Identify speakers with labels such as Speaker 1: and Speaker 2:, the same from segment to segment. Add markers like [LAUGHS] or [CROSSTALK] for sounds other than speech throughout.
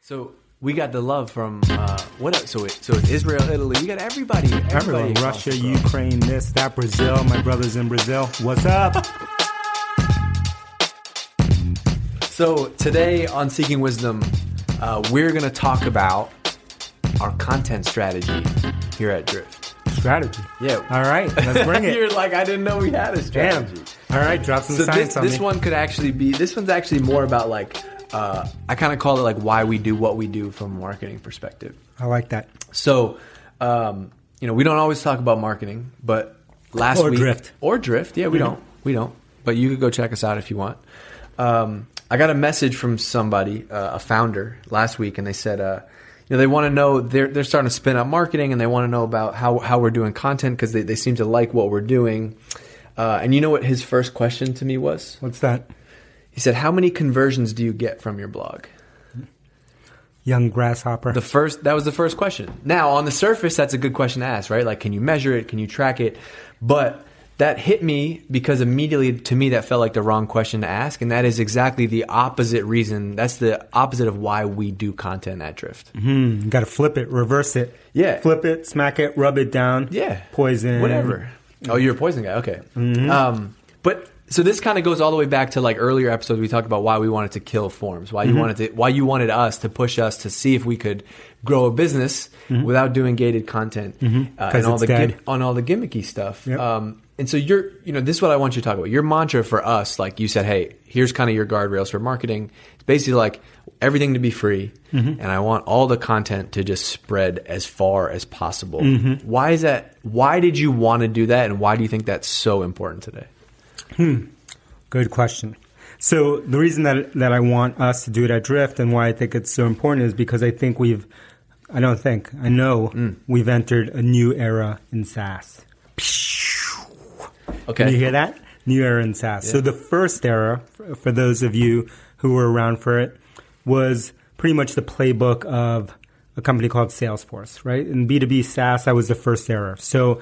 Speaker 1: So we got the love from uh, what? Else? So it, so it's Israel, Italy. We got everybody. Everybody.
Speaker 2: Everyone,
Speaker 1: across
Speaker 2: Russia,
Speaker 1: the globe.
Speaker 2: Ukraine, this, that, Brazil. My brothers in Brazil. What's up?
Speaker 1: So today on Seeking Wisdom, uh, we're gonna talk about our content strategy here at Drift.
Speaker 2: Strategy.
Speaker 1: Yeah.
Speaker 2: All right, let's
Speaker 1: [LAUGHS]
Speaker 2: bring
Speaker 1: You're
Speaker 2: it.
Speaker 1: like, I didn't know we had a
Speaker 2: Damn.
Speaker 1: strategy.
Speaker 2: All right, drop some
Speaker 1: So
Speaker 2: science
Speaker 1: this,
Speaker 2: on
Speaker 1: this
Speaker 2: me.
Speaker 1: one could actually be. This one's actually more about like. Uh, I kind of call it like why we do what we do from a marketing perspective.
Speaker 2: I like that.
Speaker 1: So, um, you know, we don't always talk about marketing, but last
Speaker 2: Or
Speaker 1: week
Speaker 2: drift. Mm-hmm.
Speaker 1: or drift, yeah, we don't, we don't. But you could go check us out if you want. Um, I got a message from somebody, uh, a founder, last week, and they said, uh, you know, they want to know they're they're starting to spin up marketing, and they want to know about how how we're doing content because they they seem to like what we're doing. Uh, and you know what his first question to me was?
Speaker 2: What's that?
Speaker 1: He said, "How many conversions do you get from your blog?"
Speaker 2: Young grasshopper.
Speaker 1: The first that was the first question. Now, on the surface, that's a good question to ask, right? Like, can you measure it? Can you track it? But that hit me because immediately to me that felt like the wrong question to ask, and that is exactly the opposite reason. That's the opposite of why we do content at Drift.
Speaker 2: mm, got to flip it, reverse it.
Speaker 1: Yeah.
Speaker 2: Flip it, smack it, rub it down.
Speaker 1: Yeah,
Speaker 2: Poison. Mm-hmm.
Speaker 1: whatever. Oh, you're a poison guy. Okay. Um, but so this kind of goes all the way back to like earlier episodes. We talked about why we wanted to kill forms, why
Speaker 2: Mm-hmm.
Speaker 1: you wanted to, why you wanted us to push us to see if we could grow a business without doing gated content uh,
Speaker 2: Mm-hmm. 'Cause
Speaker 1: and all
Speaker 2: it's
Speaker 1: the
Speaker 2: dead.
Speaker 1: gim- on all the gimmicky stuff.
Speaker 2: Yep.
Speaker 1: Um, and so you're, you know, this is what I want you to talk about. Your mantra for us, like you said, hey, here's kind of your guardrails for marketing. It's basically like everything to be free,
Speaker 2: Mm-hmm.
Speaker 1: and I want all the content to just spread as far as possible.
Speaker 2: Mm-hmm.
Speaker 1: Why is that? Why did you want to do that, and why do you think that's so important today?
Speaker 2: Good question. So the reason that that I want us to do it at Drift and why I think it's so important is because I think we've, I don't think I know
Speaker 1: Mm.
Speaker 2: we've entered a new era in SaaS. Can
Speaker 1: Okay,
Speaker 2: you hear that? New era in SaaS. So the first era, for- for those of you who were around for it, was pretty much the playbook of a company called Salesforce, right? In B2B SaaS, that was the first era. So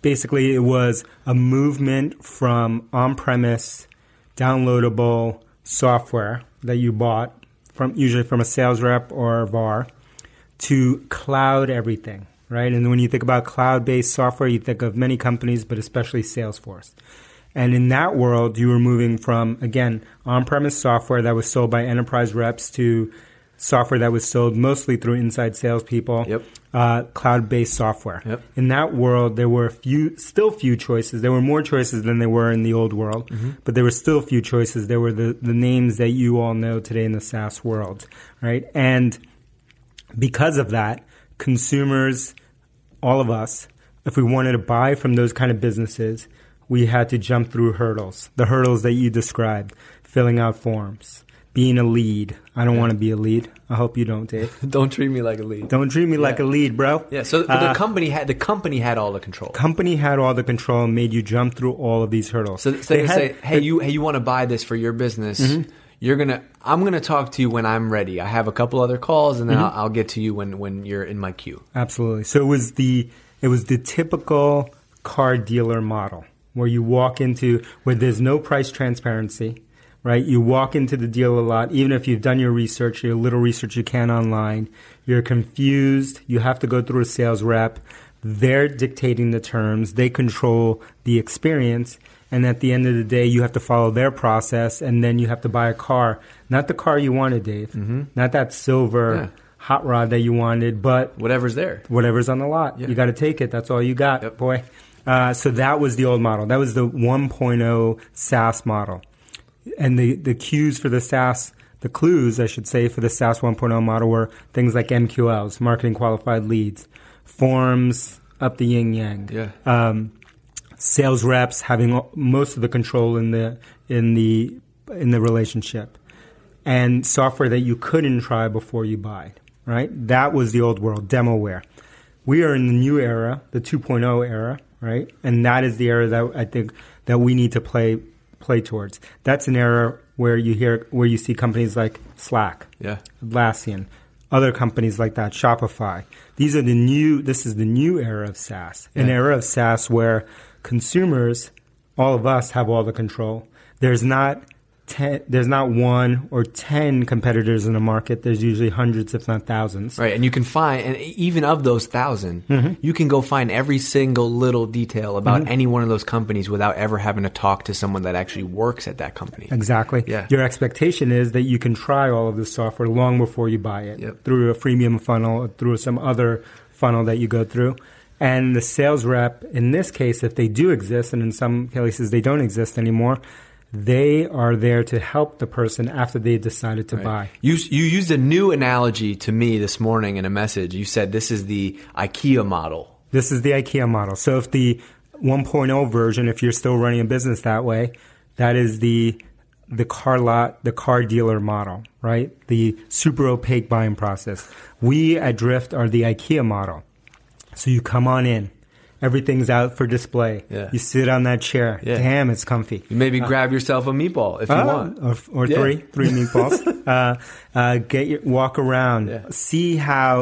Speaker 2: basically it was a movement from on-premise downloadable software that you bought from usually from a sales rep or a VAR to cloud everything, right? And when you think about cloud based software, you think of many companies, but especially Salesforce. And in that world, you were moving from, again, on premise software that was sold by enterprise reps to software that was sold mostly through inside salespeople,
Speaker 1: Yep.
Speaker 2: uh, cloud based software.
Speaker 1: Yep.
Speaker 2: In that world, there were few, still few choices. There were more choices than there were in the old world, but there were still few choices. There were the, the names that you all know today in the SaaS world, right? And because of that, consumers, all of us, if we wanted to buy from those kind of businesses, we had to jump through hurdles. The hurdles that you described, filling out forms, being a lead. I don't want to be a lead. I hope you don't, Dave.
Speaker 1: [LAUGHS] don't treat me like a lead.
Speaker 2: Don't treat me like a lead, bro.
Speaker 1: Yeah. So but
Speaker 2: Uh,
Speaker 1: the company had the company had all the control.
Speaker 2: company had all the control and made you jump through all of these hurdles.
Speaker 1: So, so they,
Speaker 2: had-
Speaker 1: say, hey, you, hey, you want to buy this for your business? You're gonna, I'm gonna talk to you when I'm ready. I have a couple other calls, and then I'll, I'll get to you when when you're in my queue.
Speaker 2: Absolutely. So it was the it was the typical car dealer model where you walk into where there's no price transparency, right? You walk into the deal a lot, even if you've done your research, your little research you can online, you're confused, you have to go through a sales rep, they're dictating the terms, they control the experience, and at the end of the day you have to follow their process and then you have to buy a car. Not the car you wanted, Dave. Not that silver
Speaker 1: Yeah.
Speaker 2: hot rod that you wanted, but
Speaker 1: Whatever's there.
Speaker 2: whatever's on the lot. You got to take it. That's all you got,
Speaker 1: Yep.
Speaker 2: boy. Uh, so that was the old model. That was the 1.0 SaaS model. And the, the cues for the SaaS, the clues, I should say, for the SaaS 1.0 model were things like MQLs, marketing qualified leads, forms up the yin yang.
Speaker 1: Yeah.
Speaker 2: Um, sales reps having all- most of the control in the in the in the relationship and software that you couldn't try before you buy right that was the old world demoware we are in the new era the 2.0 era right and that is the era that i think that we need to play play towards that's an era where you hear where you see companies like slack
Speaker 1: Yeah.
Speaker 2: Atlassian, other companies like that, Shopify. These are the new. This is the new era of SaaS, an
Speaker 1: Yeah.
Speaker 2: era of SaaS where consumers, all of us, have all the control. There's not ten, there's not one or 10 competitors in a market. There's usually hundreds, if not thousands.
Speaker 1: Right, and you can find, and e, even of those 1000 you can go find every single little detail about any one of those companies without ever having to talk to someone that actually works at that company.
Speaker 2: Exactly.
Speaker 1: Yeah.
Speaker 2: Your expectation is that you can try all of this software long before you buy it
Speaker 1: Yep.
Speaker 2: through a freemium funnel or through some other funnel that you go through. And the sales rep, in this case, if they do exist, and in some cases they don't exist anymore, they are there to help the person after they decided to buy.
Speaker 1: You you used a new analogy to me this morning in a message. You said this is the IKEA model.
Speaker 2: This is the IKEA model. So if the 1.0 version, if you're still running a business that way, that is the the car lot, the car dealer model, right? The super opaque buying process. We at Drift are the IKEA model. So you come on in. Everything's out for display.
Speaker 1: Yeah.
Speaker 2: You sit on that chair.
Speaker 1: Yeah.
Speaker 2: Damn, it's comfy.
Speaker 1: You maybe grab yourself a meatball if you
Speaker 2: Ah,
Speaker 1: want.
Speaker 2: Or, or
Speaker 1: Yeah.
Speaker 2: three, three meatballs.
Speaker 1: [LAUGHS]
Speaker 2: uh, uh, get your, walk around,
Speaker 1: Yeah.
Speaker 2: see how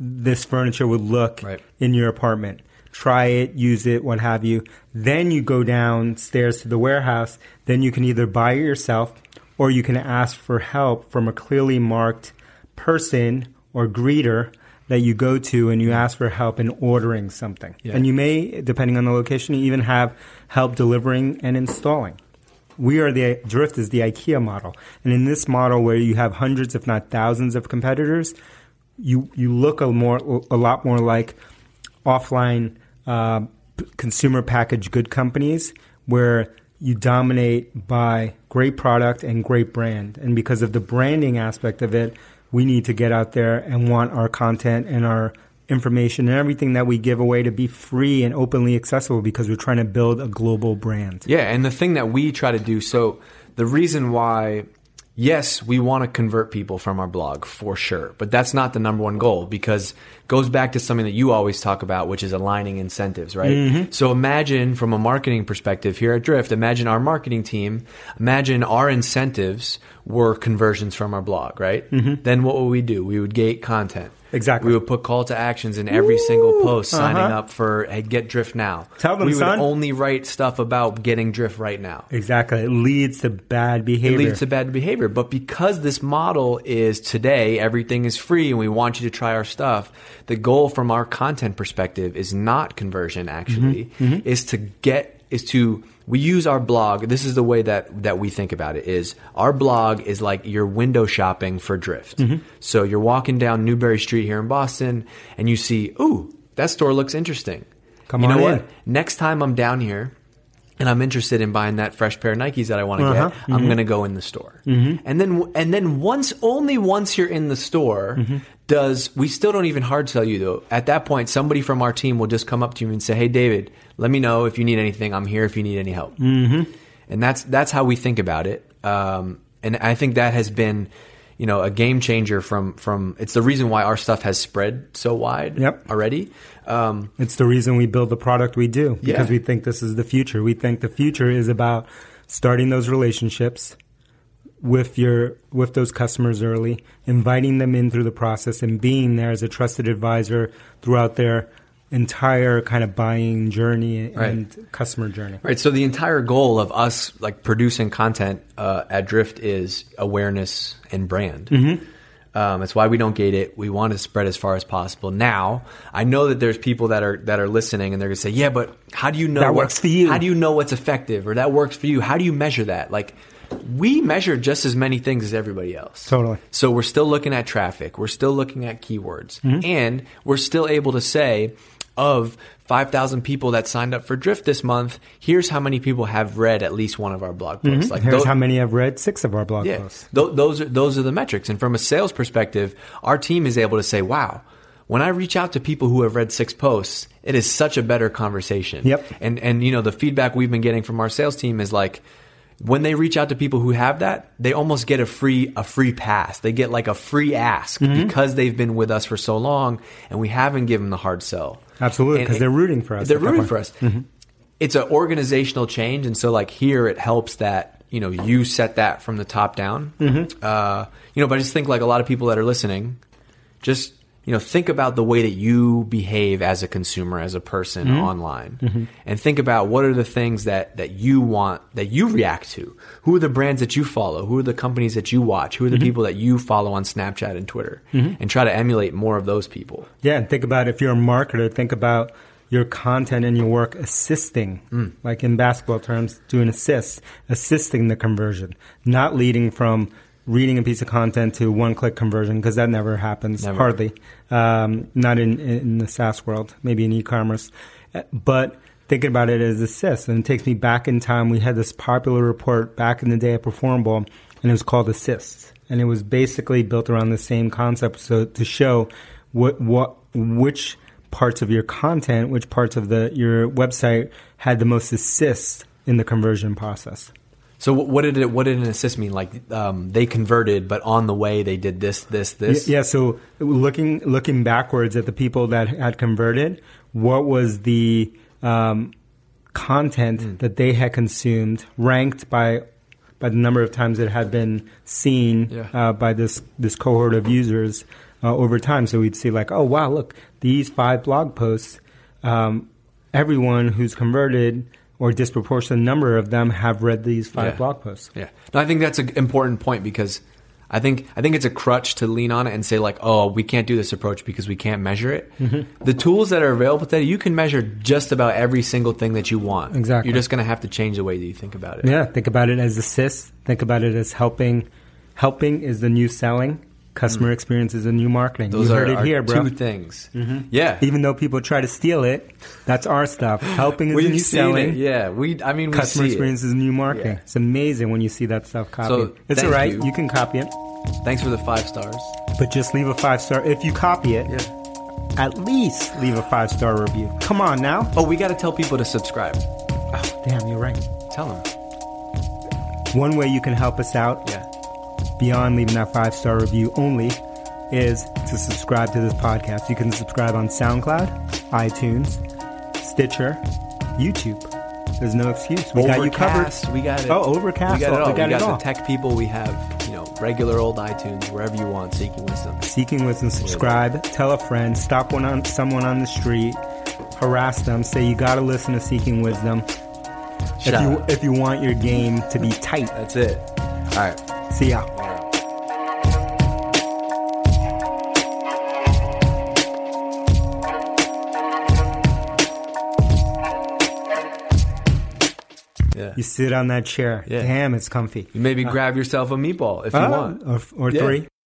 Speaker 2: this furniture would look
Speaker 1: Right.
Speaker 2: in your apartment. Try it, use it, what have you. Then you go downstairs to the warehouse. Then you can either buy it yourself or you can ask for help from a clearly marked person or greeter that you go to and you ask for help in ordering something.
Speaker 1: Yeah.
Speaker 2: And you may, depending on the location, even have help delivering and installing. We are the Drift is the IKEA model. And in this model where you have hundreds, if not thousands, of competitors, you you look a more a lot more like offline uh, p- consumer packaged good companies where you dominate by great product and great brand and because of the branding aspect of it we need to get out there and want our content and our information and everything that we give away to be free and openly accessible because we're trying to build a global brand
Speaker 1: Yeah, and the thing that we try to do so the reason why yes, we want to convert people from our blog for sure, but that's not the number one goal because it goes back to something that you always talk about, which is aligning incentives, right?
Speaker 2: Mm-hmm.
Speaker 1: So imagine from a marketing perspective here at Drift, imagine our marketing team, imagine our incentives were conversions from our blog, right? Then what would we do? We would gate content.
Speaker 2: Mm-hmm. Exactly.
Speaker 1: We would put call to actions in every single post signing
Speaker 2: uh-huh.
Speaker 1: up for hey, get drift now.
Speaker 2: Tell them,
Speaker 1: we would
Speaker 2: son.
Speaker 1: only write stuff about getting drift right now.
Speaker 2: exactly it leads to bad
Speaker 1: It
Speaker 2: behavior
Speaker 1: leads to bad behavior. But because this model is today, everything is free and we want you to try our stuff, the goal from our content perspective is not conversion actually,
Speaker 2: Mm-hmm.
Speaker 1: is to get is to we use our blog. This is the way that that we think about it is our blog is like you're window shopping for drift.
Speaker 2: Mm-hmm.
Speaker 1: So you're walking down Newberry Street here in Boston and you see, "Ooh, that store looks interesting."
Speaker 2: Come
Speaker 1: you
Speaker 2: on
Speaker 1: know
Speaker 2: in.
Speaker 1: what? next time I'm down here and I'm interested in buying that fresh pair of Nikes that I want to
Speaker 2: Uh-huh.
Speaker 1: get, I'm going to go in the store. And then and then once only once you're in the store does we still don't even hard sell you though. At that point somebody from our team will just come up to you and say, "Hey David, let me know if you need anything. I'm here if you need any help." Mm-hmm. And that's that's how we think about it. Um, and I think that has been you know, a game changer from from it's the reason why our stuff has spread so wide
Speaker 2: Yep.
Speaker 1: already. Um,
Speaker 2: It's the reason we build the product we do because
Speaker 1: Yeah.
Speaker 2: we think this is the future. We think the future is about starting those relationships with your with those customers early, inviting them in through the process and being there as a trusted advisor throughout their entire kind of buying journey and customer journey.
Speaker 1: Right. So the entire goal of us like producing content uh, at Drift is awareness and brand. Mm-hmm. Um, that's why we don't gate it. We want to spread as far as possible. Now, I know that there's people that are that are listening, and they're gonna say, "Yeah, but how do you know
Speaker 2: That
Speaker 1: what-
Speaker 2: works for you."
Speaker 1: How do you know what's effective or that works for you? How do you measure that?" Like, we measure just as many things as everybody else.
Speaker 2: Totally.
Speaker 1: So we're still looking at traffic. We're still looking at keywords,
Speaker 2: Mm-hmm.
Speaker 1: and we're still able to say of 5,000 people that signed up for Drift this month, here's how many people have read at least one of our blog posts. Like
Speaker 2: Mm-hmm. Here's
Speaker 1: tho-
Speaker 2: how many I've read six of our blog
Speaker 1: yeah,
Speaker 2: posts.
Speaker 1: tho- those are those are the metrics. And from a sales perspective, our team is able to say, "Wow, when I reach out to people who have read six posts, it is such a better conversation."
Speaker 2: Yep.
Speaker 1: And and you know the feedback we've been getting from our sales team is like. When they reach out to people who have that, they almost get a free a free pass. They get like a free ask because they've been with us for so long, and we haven't given the hard sell.
Speaker 2: Absolutely,
Speaker 1: And-
Speaker 2: 'cause they're rooting for us
Speaker 1: They're
Speaker 2: at that
Speaker 1: rooting
Speaker 2: point. Mm-hmm.
Speaker 1: for us it's an organizational change, and so like here it helps that you know you set that
Speaker 2: Mm-hmm.
Speaker 1: from the top down. Uh, you know, but I just think like a lot of people that are listening, just you know, think about the way that you behave as a consumer, as a person
Speaker 2: Mm-hmm.
Speaker 1: online, and think about what are the things that that you want, that you react to. Who are the brands that you follow? Who are the companies that you watch?
Speaker 2: Mm-hmm.
Speaker 1: Who are the people that you follow on Snapchat and Twitter? And try to emulate more of those people.
Speaker 2: Yeah, and think about if you're a marketer, think about your content and your work assisting, like in basketball terms, do an assist, assisting the conversion, not leading from reading a piece of content to one click conversion, because that never happens,
Speaker 1: Never.
Speaker 2: hardly. Um, not in, in the SaaS world, maybe in e commerce. But thinking about it as assist, and it takes me back in time. We had this popular report back in the day at Performable, and it was called Assist. And it was basically built around the same concept, so to show what what which parts of your content, which parts of the your website had the most assist in the conversion process.
Speaker 1: So wh- what did it? What did an assist mean? Like um, they converted, but on the way they did this, this, this.
Speaker 2: Yeah, so looking looking backwards at the people that had converted, what was the um, content
Speaker 1: Hmm.
Speaker 2: that they had consumed ranked by by the number of times it had been seen
Speaker 1: Yeah.
Speaker 2: uh, by this this cohort of users uh, over time? So we'd see like, oh wow, look, these five blog posts, um, everyone who's converted or disproportionate number of them have read these five
Speaker 1: Yeah.
Speaker 2: blog posts.
Speaker 1: Yeah. No, I think that's an important point because I think I think it's a crutch to lean on it and say like, oh, we can't do this approach because we can't measure it.
Speaker 2: Mm-hmm.
Speaker 1: The tools that are available today, you can measure just about every single thing that you want.
Speaker 2: Exactly.
Speaker 1: You're just going to have to change the way that you think about it.
Speaker 2: Yeah, think about it as assist. Think about it as helping. Helping is the new selling. Customer experience is the new marketing.
Speaker 1: Mm. Those
Speaker 2: you
Speaker 1: are,
Speaker 2: heard it
Speaker 1: are
Speaker 2: here, bro. Mm-hmm.
Speaker 1: two things. Yeah.
Speaker 2: Even though people try to steal it, that's our
Speaker 1: [LAUGHS]
Speaker 2: stuff. Helping is the new
Speaker 1: We've seen
Speaker 2: selling.
Speaker 1: it. Yeah. We. I mean, we
Speaker 2: Customer
Speaker 1: see it.
Speaker 2: experience is the new marketing.
Speaker 1: Yeah.
Speaker 2: It's amazing when you see that stuff copied.
Speaker 1: So,
Speaker 2: it's
Speaker 1: thank
Speaker 2: all right.
Speaker 1: you.
Speaker 2: You. can copy it,
Speaker 1: Thanks for the five stars.
Speaker 2: but just leave a five star. If you copy it, at least leave a five star review. Come on now.
Speaker 1: Oh, we got to tell people to subscribe.
Speaker 2: Oh, damn, you're right.
Speaker 1: Tell them.
Speaker 2: One way you can help us out
Speaker 1: Yeah.
Speaker 2: beyond leaving that five star review only is to subscribe to this podcast. You can subscribe on SoundCloud, iTunes, Stitcher, YouTube. There's no excuse. We got you covered.
Speaker 1: Overcast, We got it.
Speaker 2: Oh, Overcast,
Speaker 1: We got it
Speaker 2: oh,
Speaker 1: all.
Speaker 2: we
Speaker 1: We
Speaker 2: got
Speaker 1: got,
Speaker 2: it all.
Speaker 1: the tech people. We have you know regular old iTunes wherever you want. Seeking wisdom.
Speaker 2: Seeking wisdom, subscribe, tell a friend, stop one on someone on the street, harass them, say you gotta listen to Seeking Wisdom. If
Speaker 1: Shout
Speaker 2: you
Speaker 1: out.
Speaker 2: if you want your game to be tight,
Speaker 1: That's it. All right.
Speaker 2: see ya.
Speaker 1: Yeah.
Speaker 2: You sit on that chair.
Speaker 1: Yeah.
Speaker 2: Damn, it's comfy.
Speaker 1: You maybe grab yourself a meatball if you
Speaker 2: Ah,
Speaker 1: want.
Speaker 2: or, or
Speaker 1: Yeah.
Speaker 2: three.